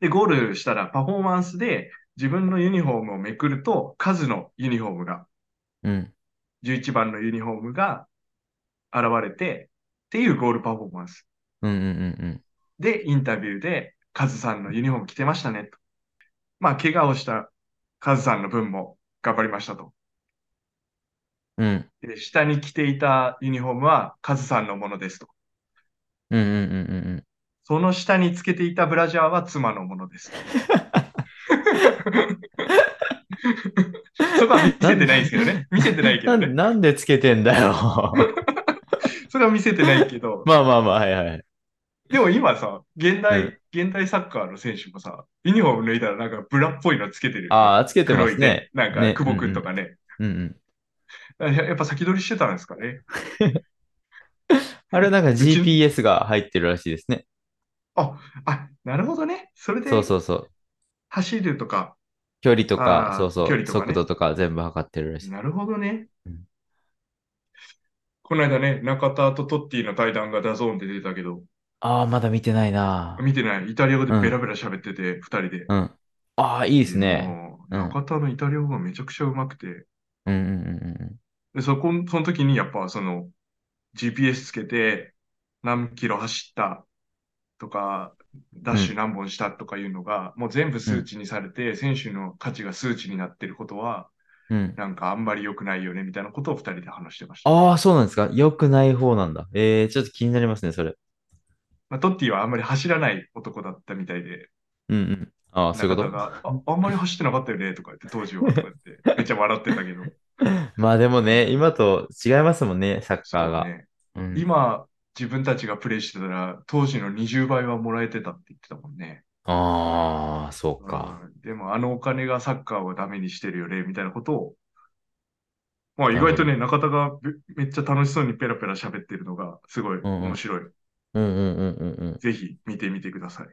で、ゴールしたらパフォーマンスで自分のユニフォームをめくると、カズのユニフォームが、うん。 11番のユニフォームが現れて、っていうゴールパフォーマンス。うんうんうんで、インタビューで、カズさんのユニフォーム着てましたね、と。まあ、怪我をしたカズさんの分も頑張りましたと。うん。うん。で下に着ていたユニフォームはカズさんのものですと。うんうんうんうんうん。その下につけていたブラジャーは妻のもの です。そこは見せてないですけどね。見せてないけなどんね。なんでつけてんだよ。 それは見せてないけど。まあまあまあ、はいはい。でも今さ、現代、うん現代サッカーの選手もさ、ユニフォーム脱いだらなんかブラっぽいのつけてるよね。ああ、つけてま黒すいねね。。なんかね久保君とかね。うんうん。ややっぱ先取りしてたんですかね。あれなんかうち GPS が入ってるらしいですね。あ、なるほどね。それでそうそうそう。走るとか。距離とあか、ーそうそう、距離とかね速度とか全部測ってるらしい。なるほどねうん。この間ね、中田とトッティの対談がダゾーンで出てたけど、ああ、まだ見てないな。見てない。イタリア語でベラベラ喋ってて、二人で。うん。ああ、いいですね。もううん中田のイタリア語がめちゃくちゃうまくて、うんうんうんでそこ、その時にやっぱその GPS つけて何キロ走ったとか、ダッシュ何本したとかいうのが、もう全部数値にされて、選手の価値が数値になってることは、うん。うん。なんかあんまり良くないよねみたいなことを二人で話してました。ああ、そうなんですか。良くない方なんだ。ええちょっと気になりますね、それ。まあ、トッティはあんまり走らない男だったみたいで、うんうん。ああ、そういうこ中と。田がああんまり走ってなかったよねとか言って、当時はとか言って、めっちゃ笑って たけど、まあでもね、今と違いますもんね、サッカーが。ね、うん、今、自分たちがプレイしてたら、当時の20倍はもらえてたって言ってたもんね。ああ、そうか。うんでも、あのお金がサッカーをダメにしてるよね、みたいなことを、まあ、意外とね、中田がめめっちゃ楽しそうにペラペラ喋ってるのが、すごいんうん面白い。うんうんうんうんうん。ぜひ見てみてください。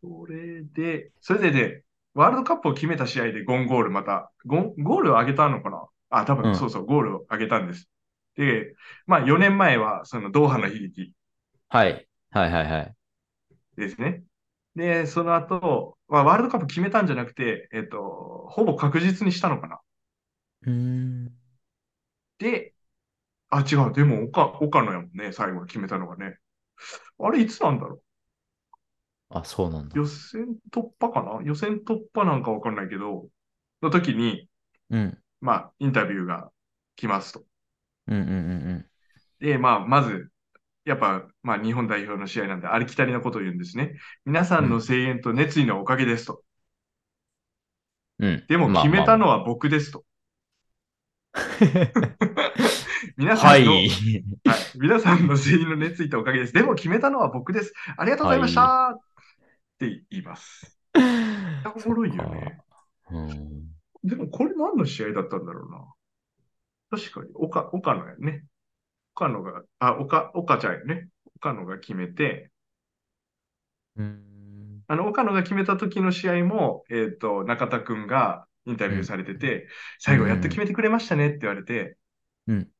それで、それでね、ワールドカップを決めた試合でゴンゴールまた、ゴンゴールを上げたのかなあ、多う分んそうそう、ゴールを上げたんです。で、まあ4年前はそのドーハの悲劇はい。はいはいはい。ですね。で、その後、まあ、ワールドカップ決めたんじゃなくて、えっと、ほぼ確実にしたのかなうーん。で、あ、違う、でも岡岡野やもんね、最後決めたのがね。あれ、いつなんだろうあ、そうなんだ。予選突破かな予選突破なんかわかんないけど、の時に、うん。まあ、インタビューが来ますと。うんうんうんで、まあ、まず、やっぱ、まあ、日本代表の試合なんで、ありきたりなことを言うんですね。皆さんの声援と熱意のおかげですと。うん。うん。でも、まあ決めたまのは僕ですと。あ 皆はさんの、はい。い皆さんの声援の熱意とおかげです。でも、決めたのは僕です。ありがとうございました、って言います。おもろいよね。うん。でもこれ何の試合だったんだろうな。確かに、岡岡野やね。岡野が、あ、岡、岡ちゃんやね。岡野が決めて、うんあの、岡野が決めた時の試合も、えっ、と、中田くんがインタビューされてて、最後やっと決めてくれましたねって言われて、うん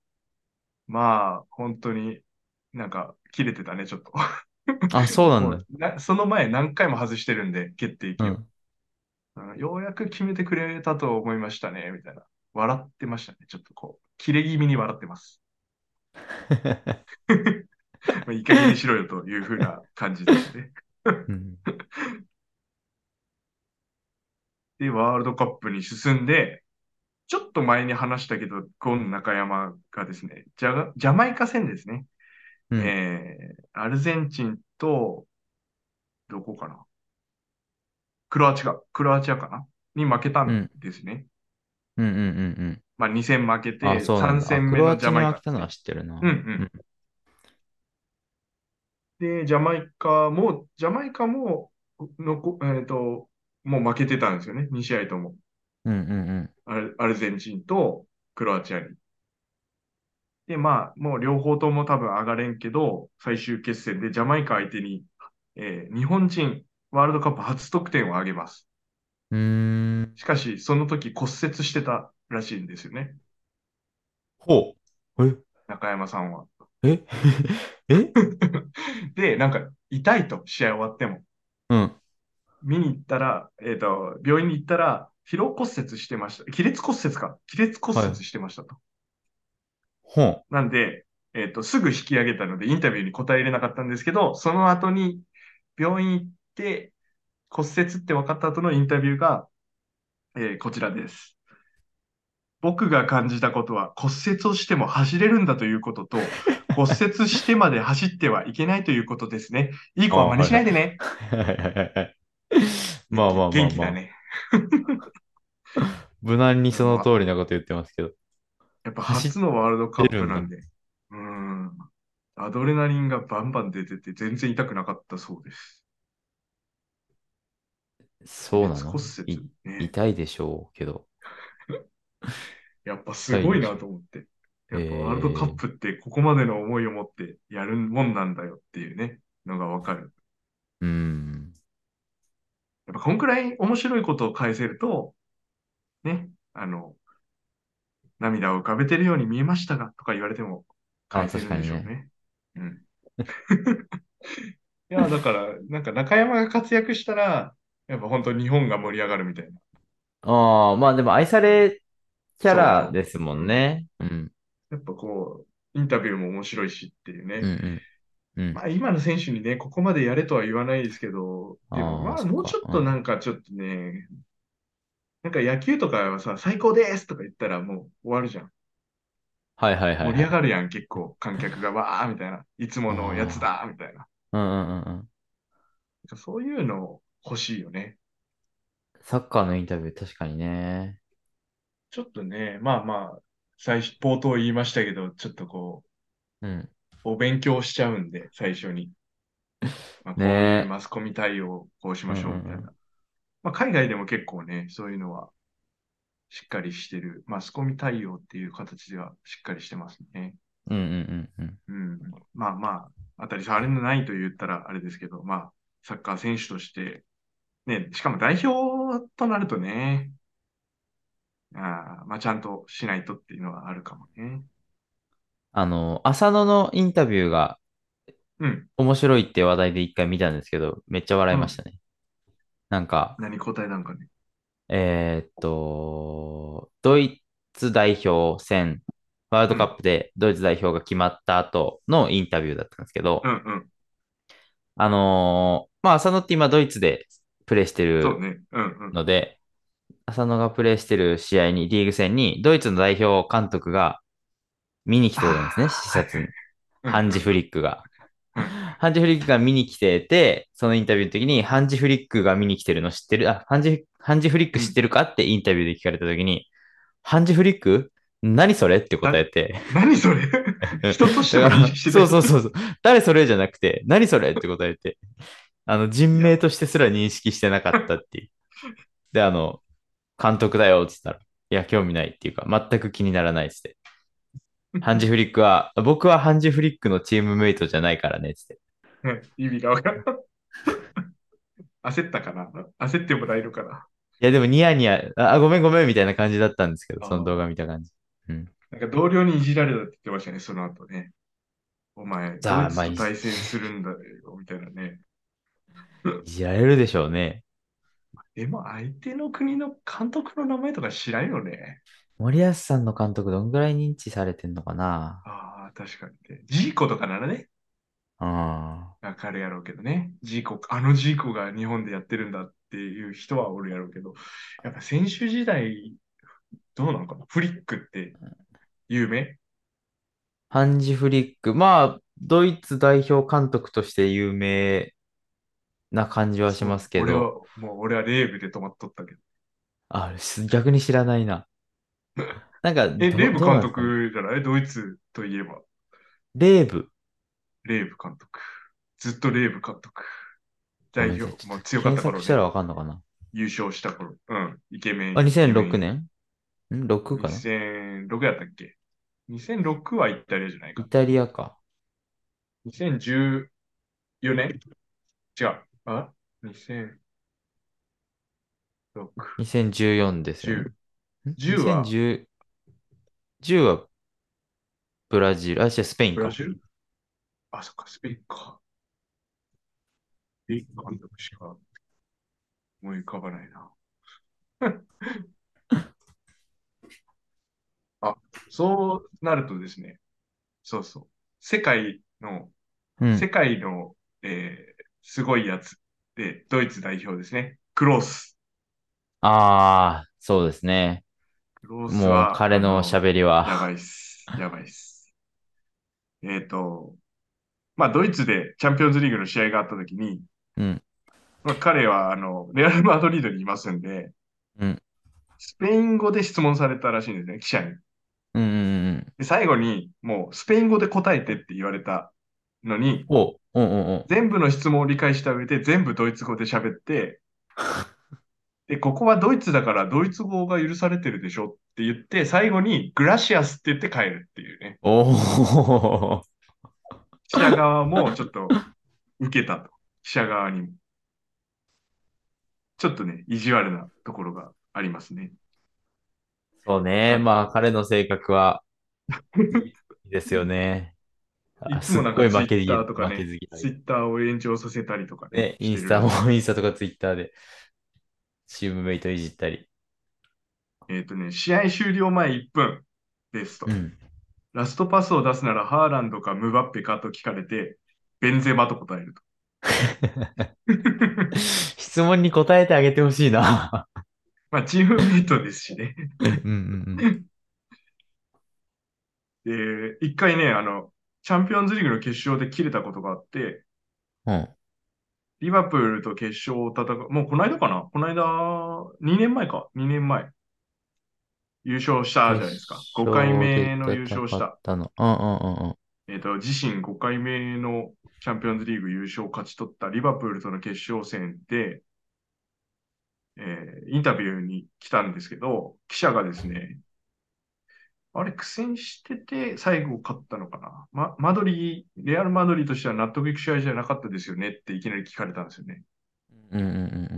まあ、本当になんか、切れてたね、ちょっと。あ、そうな んもだう。なその前何回も外してるんで、決定機うを、ん。うんようやく決めてくれたと思いましたね、みたいな。笑ってましたね。ちょっとこう、切れ気味に笑ってます。まあいい加減にしろよというふうな感じです ね。うんで、ワールドカップに進んで、ちょっと前に話したけど、ゴン中山がですね、ジャガジャマイカ戦ですね、うんえー、アルゼンチンと、どこかなクロアチア、クロアチアかなに負けたんですね。うんうんうんまあ2戦負けて、うん。あ、そうな3んだ。あ戦ク目ロアのチジアャにマイ飽カき。たのは知ってるな。うんうん。で、ジャマイカも、ジャマイカも、のこえっ、と、もう負けてたんですよね、2試合とも。うんうんうんアルアルゼンチンとクロアチアに。で、まあ、もう両方とも多分上がれんけど、最終決戦でジャマイカ相手に、えー日本人ワールドカップ初得点を挙げます。うん。うーん。しかし、その時骨折してたらしいんですよね、ほう。中山さんは。 ええで、なんか痛いと、試合終わっても。うん。見に行ったら、えっ、と、病院に行ったら、疲労骨折してました。亀裂骨折か。亀裂骨折してましたと。ほん。なんで、えっ、と、すぐ引き上げたので、インタビューに答えれなかったんですけど、その後に病院行って骨折って分かった後のインタビューが、えーこちらです。僕が感じたことは骨折をしても走れるんだということと、骨折してまで走ってはいけないということですね。いい子は真似しないでね。はいはいはいはい。まあまあまあ元気まあだ。ね。無難にその通りなこと言ってますけど。やっぱ走っ初のワールドカップなんで。うん。アドレナリンがバンバン出てて全然痛くなかったそうです。そうなの骨折いね痛いでしょうけど。やっぱすごいなと思って。や痛っいねぱワールドカップってここまでの思いを持ってやるもんなんだよっていうね、のがわかる。うん。やっぱこんくらい面白いことを返せると、ね、あの、涙を浮かべてるように見えましたがとか言われても返せるんでしょうね。うん。いや、だから、なん か中山が活躍したら、やっぱ本当日本が盛り上がるみたいな。ああ、まあでも愛されキャラですもんね。うん。やっぱこう、インタビューも面白いしっていうね。うんうん。うん。まあ、今の選手にね、ここまでやれとは言わないですけど、でもあーまあ、そっかもうちょっとなんかちょっとね、なんか野球とかはさ、最高ですとか言ったらもう終わるじゃん。はいはいはいはい。盛り上がるやん、結構。観客がわーみたいな。いつものやつだみたいな。なんうんうんうんうん。かそういうの欲しいよね。サッカーのインタビュー確かにね。ちょっとね、まあまあ、最初、冒頭言いましたけど、ちょっとこうん。う、お勉強しちゃうんで、最初 に。まあ、こうねいえうマスコミ対応をこうしましょうみたいな。うんうんうまあ、海外でも結構ね、そういうのはしっかりしてる。マスコミ対応っていう形ではしっかりしてますね。うんうんうんうん。うん。まあまあ、当たり障りのないと言ったらあれですけど、まあ、サッカー選手として、ね、しかも代表となるとね、あーまあ、ちゃんとしないとっていうのはあるかもね。あの、浅野のインタビューがうん。面白いって話題で一回見たんですけど、めっちゃ笑いましたね。なんか、何答えなんかね。えーっと、ドイツ代表戦、ワールドカップでドイツ代表が決まった後のインタビューだったんですけど、うんうん。あのーまあ、浅野って今ドイツでプレーしてるそうね。うんうん。ので、浅野がプレーしてる試合に、リーグ戦に、ドイツの代表監督が見に来てるんですね、視察に。ハンジ・フリックが。うんハンジ・フリックが見に来てて、そのインタビューの時に、ハンジ・フリックが見に来てるの知ってるあ、ハンジ、ハンジ・フリック知ってるかってインタビューで聞かれた時に、ハンジ・フリック何それって答えて。 何そ れ人としては認 識してそなういそうそうそう。誰それじゃなくて、何それって答えて、あの、人名としてすら認識してなかったっていう。で、あの、監督だよって言ったら、いや、興味ないっていうか、全く気にならないっつって。ハンジフリックは、僕はハンジフリックのチームメイトじゃないからねっつって。うん意味が分からん。焦ったかな焦ってもらえるかないや、でもニヤニヤ、あ、ごめんごめんみたいな感じだったんですけど、あーその動画見た感じ。なんか同僚にいじられたって言ってましたね、その後ね。お前、だドイツまあと対戦するんだよ、みたいなね。いじられるでしょうね。でも相手の国の監督の名前とか知らんよね。森保さんの監督どんぐらい認知されてんのかなああ、確かにね。ジーコとかならね、うん。わかるやろうけどね。ジーコ、あのジーコが日本でやってるんだっていう人はおるやろうけど、やっぱ選手時代、どうなのかなフリックって有名ハンジ・フリック。まあ、ドイツ代表監督として有名な感じはしますけ俺はど、、もう俺はレーブで止まっとったけど。あ、す逆に知らないな。なんか、え、どレーブどう監なんですかね督じゃないドイツといえば、レーブ。レーブ監督。ずっとレーブ監督。代ごめんなさ表、いもう強かった検頃索したね、らわかんのかな。優勝した頃。うん、イケメン。あ、2006イケメン。年ん ?6 かな2006やったっけ ?2006 はイタリアじゃないイか。タリアか。 2014年違う。あ ?2006。 2014ですよね。ん10は2010 10はブラジル、あ、違う、スペインブラか。ジルあ、そっか、スペインか。ビッグ監督しか思い浮かばないな。 あ、そうなるとですね、そうそう。世界の、うん世界の、えーすごいやつで、ドイツ代表ですね。クロース。ああ、そうですね。クロースもうは、彼のべ喋りやばは。いっす。やばいっす。えっ、と、まあ、ドイツでチャンピオンズリーグの試合があったときに、うんまあ、彼は、あの、レアル・マドリードにいますんで、うんスペイン語で質問されたらしいんですね、記者に。うんうんうんうん。で最後に、もう、スペイン語で答えてって言われたのに、おう、うんうんうん。全部の質問を理解した上で、全部ドイツ語で喋っ て、で、ここはドイツだから、ドイツ語が許されてるでしょって言って、最後に、グラシアスって言って帰るっていうね。 おお。記者側もちょっ と受けたと。記者側にも。ちょっとね、意地悪なところがありますね。そうね。まあ、彼の性 格は、いいですよね。いあつもなんかすっツイごい負けッずタ嫌いーとか負ねけず、嫌いツイッターを延長させたりとかね、インスしてタるも、イ ンスタとかツイッターで、チームメイトいじったり。えっ、とね、試合終了前1分ですと。うん。 ラストパスを出すならハーランドかムバッペかと聞かれて、ベンゼマと答えると。質問に答えてあげてほしいな。まあ、チームメイトですしね。うんうんうん。で、一回ね、あの、チャンピオンズリーグの決勝で切れたことがあって、うん。リバプールと決勝を戦う。もうこの間かなこの間、2年前か ?2 年前。優勝したじゃないですか。5回目の優勝し戦たっ。たの。うんうんうんうん。えっ、と、自身5回目のチャンピオンズリーグ優勝を勝ち取ったリバプールとの決勝戦で、えーインタビューに来たんですけど、記者がですね、あれ苦戦してて最後勝ったのかな、ま、マドリー、レアルマドリーとしては納得いく試合じゃなかったですよねっていきなり聞かれたんですよね。うんうんう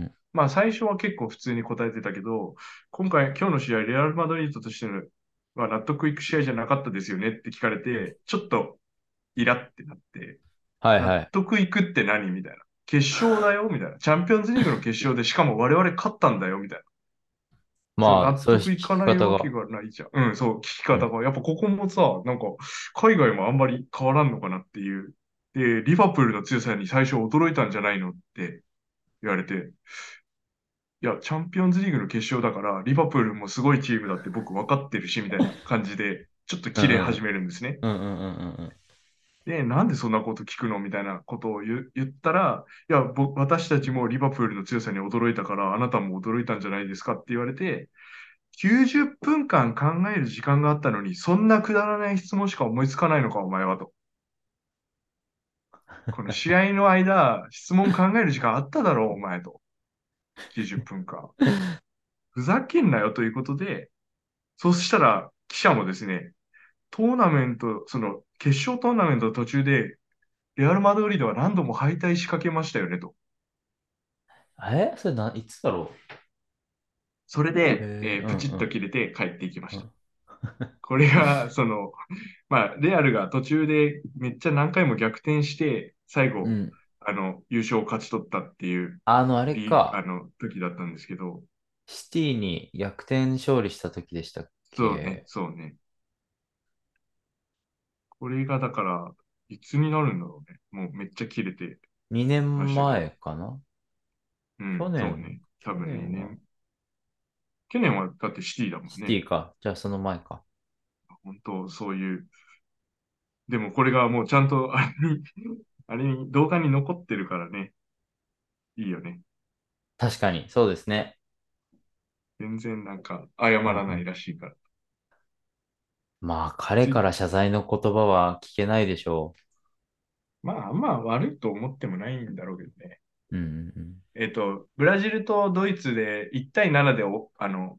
んまあ最初は結構普通に答えてたけど、今回、今日の試合、レアル・マドリードとしては納得いく試合じゃなかったですよねって聞かれて、ちょっとイラってなって、はいは納い。得いくって何みたいな。決勝だよみたいな。チャンピオンズリーグの決勝で、しかも我々勝ったんだよみたいな。まあ、そそうう納し得い聞きか方ないわがけ。がないじゃん。うん、そう、聞き方が。やっぱここもさ、なんか、海外もあんまり変わらんのかなっていう。で、リバプールの強さに最初驚いたんじゃないのって言われて、いや、チャンピオンズリーグの決勝だから、リバプールもすごいチームだって僕分かってるし、みたいな感じで、ちょっと切れ始めるんですね。うんうんうんうんうん。で、なんでそんなこと聞くのみたいなことを言う言ったら、いや、僕、私たちもリバプールの強さに驚いたから、あなたも驚いたんじゃないですかって言われて、90分間考える時間があったのに、そんなくだらない質問しか思いつかないのか、お前はと。この試合の間、質問考える時間あっただろう、お前と。90分間。ふざけんなよということで、そうしたら記者もですね、トーナメント、その決勝トーナメントの途中で、レアル・マドリードは何度も敗退しかけましたよねと。えそれな、いつだろそれで、へーえープチッと切れて帰っていきました。うんこれが、その、まあ、レアルが途中でめっちゃ何回も逆転して、最後、ううん。あの、優勝を勝ち取ったっていう、あの、あれあか。の、時だったんですけど、シティに逆転勝利した時でしたっけそうね、そうね。これがだから、いつになるんだろうね。もうめっちゃ切れて。 2年前かなうん、去年そうね。多分去2年は年。去年はだってシティだもんね。シティか。じゃあその前か。本当、そういう。でもこれがもうちゃんと、あれに、あれに、動画に残ってるからね。いいよね。確かに、そうですね。全然なんか謝らないらしいから。まあ、彼から謝罪の言葉は聞けないでしょまあ、まあ悪いと思ってもないんだろうけどね。う。うんうんうん。えっと、ブラジルとドイツで1対7でお、あの、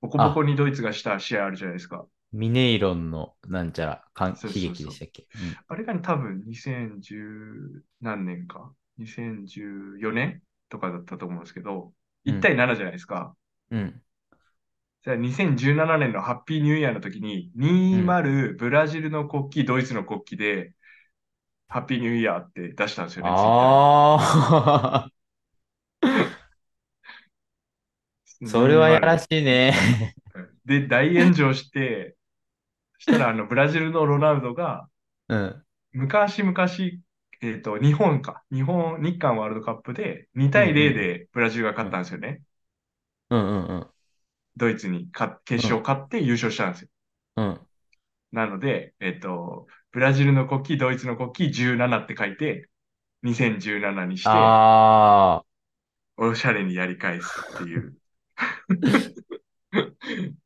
ボコボコにドイツがした試合あるじゃないですか。ミネイロンのなんちゃらかんそうそう悲そう劇でしたっけうんあれがね、多分2010何年か ?2014 年とかだったと思うんですけど、うん1対7じゃないですか。うん。じゃあ2017年のハッピーニューイヤーの時に、20ブラジルの国旗、ドイツの国旗で、ハッピーニューイヤーって出したんですよね。ああ、ツイッターにそれはやらしいね。で、大炎上して、したら、あの、ブラジルのロナウドが、 うん。昔々、えっと、日本か。日本、日韓ワールドカップで2対0でブラジルが勝ったんですよね。うんうんうん。ドイツに勝っ決勝勝って優勝したんですよ。うん。なので、えっと、ブラジルの国旗、ドイツの国旗17って書いて、2017にして、ああ、おしゃれにやり返すって いう。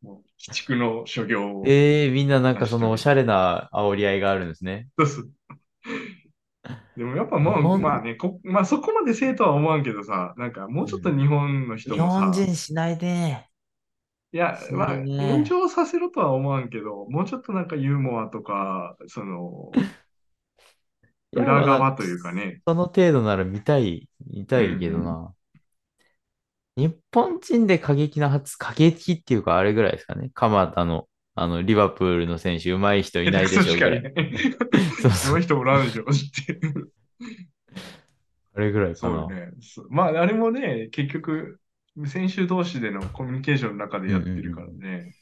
もう鬼畜の所業を。ええみんななんかそのおしゃれな煽り合いがあるんですね。そうそうでもやっぱも日う、本まあね、こまあそこまで生徒は思わんけどさ、なんかもうちょっと日本の人日もさ、本人しないね。いや、そうまあ、だね炎上させろとは思わんけど、もうちょっとなんかユーモアとか、そ の、いや裏側まあというかね。その程度なら見たい、見たいけどな。日本人で過激な発、過激っていうかあれぐらいですかね。鎌田の、あの、リバプールの選手、うまい人いないでしょうぐらい。確かに。そそう そのう。人おらんでしょって。あれぐらいかそうな。ね。そうまあ、あれもね、結局、選手同士でのコミュニケーションの中でやってるからね。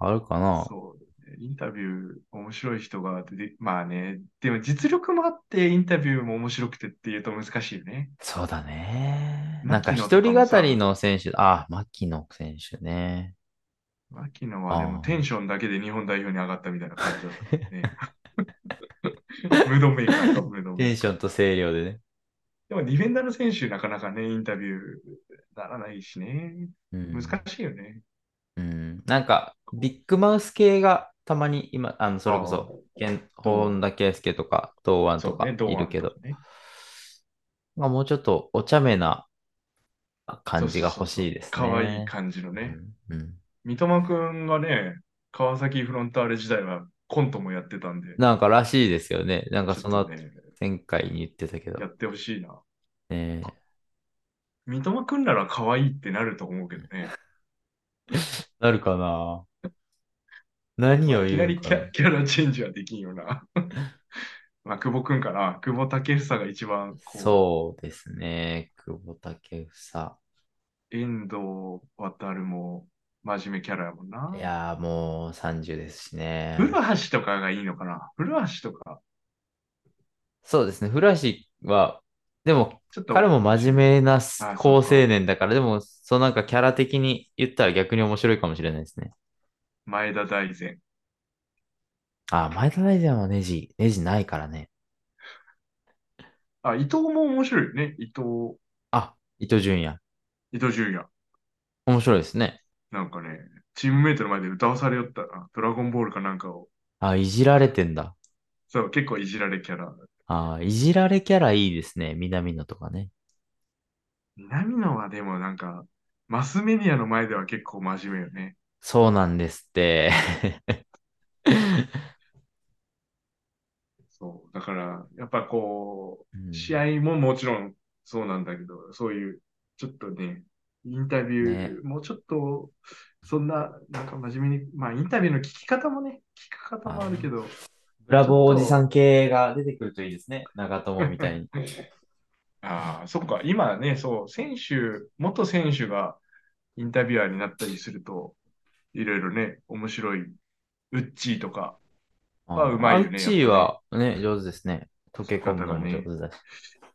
あるかな。そうね。インタビュー、面白い人が出て、まあね、でも実力もあって、インタビューも面白くてっていうと難しいよね。そうだね。なん牧か野一とかもさ人語りの選手、あ、牧野選手ね。牧野はであもーテンションだけで日本代表に上がったみたいな感じだった ね。ムードメーカーか、ムードメーテカー。ンションと声量でね。でもディフェンダーの選手、なかなかね、インタビューならないしね。うん難しいよね。うん、なんか、ビッグマウス系がたまに今、あのそれこそ、健本田圭佑とか、堂安とそうかいね、るけど堂安と、かねまあ、もうちょっとお茶目な感じが欲しいですね。可愛い感じのね。うんうん三笘くんがね、川崎フロンターレ時代はコントもやってたんで、なんからしいですよね。なんかちそょっのとね、前回に言ってたけどや。ってほしいな。ね三笘くんなら可愛いってなると思うけどね。なるかな何をいきな言うりのキかなャキャラチェンジはできんよな。 まあ、久保くんかな。久保建英が一番こう、そうですね。久保建英。遠藤航も真面目キャラやもんな。いやーもう30ですしね。古橋とかがいいのかな。古橋とか、そうですね。古橋は、でもちょっと、彼も真面目なそう高青年だから、でも、そうなんかキャラ的に言ったら逆に面白いかもしれないですね。前田大然。あ、前田大然はネジ、ネジないからね。あ、伊藤も面白いよね。伊藤、あ、伊藤純也。伊藤純也。面白いですね。なんかね、チームメイトの前で歌わされよったな。ドラゴンボールかなんかを。あ、いじられてんだ。そう、結構いじられキャラ。あ、いじられキャラいいですね。南野とかね。南野はでもなんか、マスメディアの前では結構真面目よね。そうなんです って。そう。だから、やっぱこうう、ん試合ももちろんそうなんだけど、そういう、ちょっとね、インタビュー、もうちょっと、そんな、なんか真面目に、まあインタビューの聞き方もね、聞く方もあるけど、ブラボーおじさん系が出てくるといいですね。長友みた いに。ああ、そっか、今ね、そう、選手、元選手がインタビュアーになったりすると、いろいろね、面白い。ウッチーとか、あうまいよねあうちはね、上手ですね。溶け込むのも上手だし。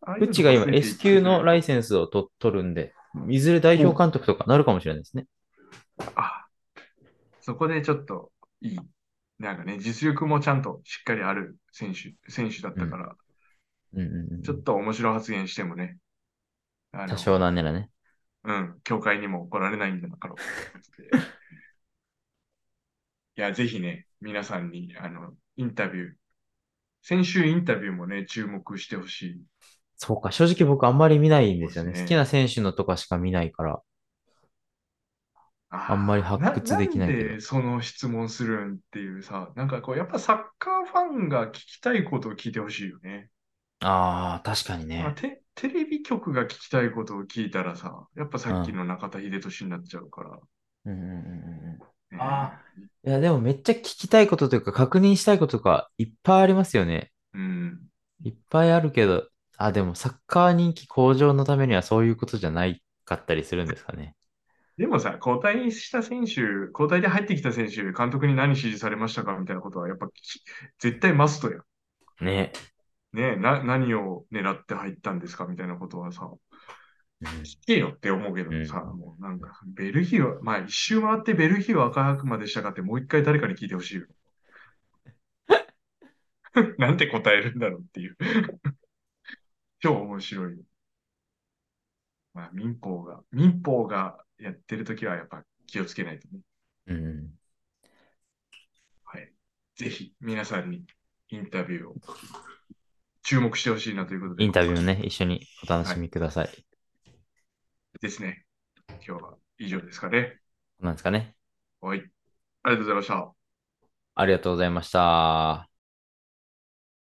ああいううのちが忘今れてい S 級のライイセンスをと取るんで、いずれ代表監督とかなるかもしれないですね。あ、そこでちょっといい。なんかね、実力もちゃんとしっかりある選手、選手だったから、うんうんうん、ちょっと面白い発言してもね、あの多少なんならね。うん、教会にも怒られないんだから。 いや、ぜひね、皆さんに、あの、インタビュー、先週インタビューもね、注目してほしい。そうか、正直僕あんまり見ないんですよね。そうですね好きな選手のとかしか見ないから。あーあんまり発掘できないけどんでその質問するんっていうさ、なんかこう、やっぱサッカーファンが聞きたいことを聞いてほしいよね。ああ、確かにまあね。テテレビ局が聞きたいことを聞いたらさ、やっぱさっきの中田秀俊になっちゃうから。うんうんうんうんねあいや、でもめっちゃ聞きたいことというか確認したいことがいっぱいありますよね。うん。いっぱいあるけど、あ、でもサッカー人気向上のためにはそういうことじゃないかったりするんですかね。でもさ、交代した選手、交代で入ってきた選手、監督に何指示されましたかみたいなことは、やっぱき絶対マストやん。ね。ねえな、何を狙って入ったんですかみたいなことはさ、聞けよって思うけどさ、もうなんか、ベルギーは、まあ一周回ってベルギーは赤悪魔でしたかって、もう一回誰かに聞いてほしいよ。 なんて答えるんだろうっていう。 超面白い。まあ民法が、民法がやってるときはやっぱ気をつけないとね。うん。はい。ぜひ皆さんにインタビューを注目してほしいなということで。インタビューもね、一緒にお楽しみください。ですね。今日は以上ですかね。こんなんですかね。はい。ありがとうございました。ありがとうございました。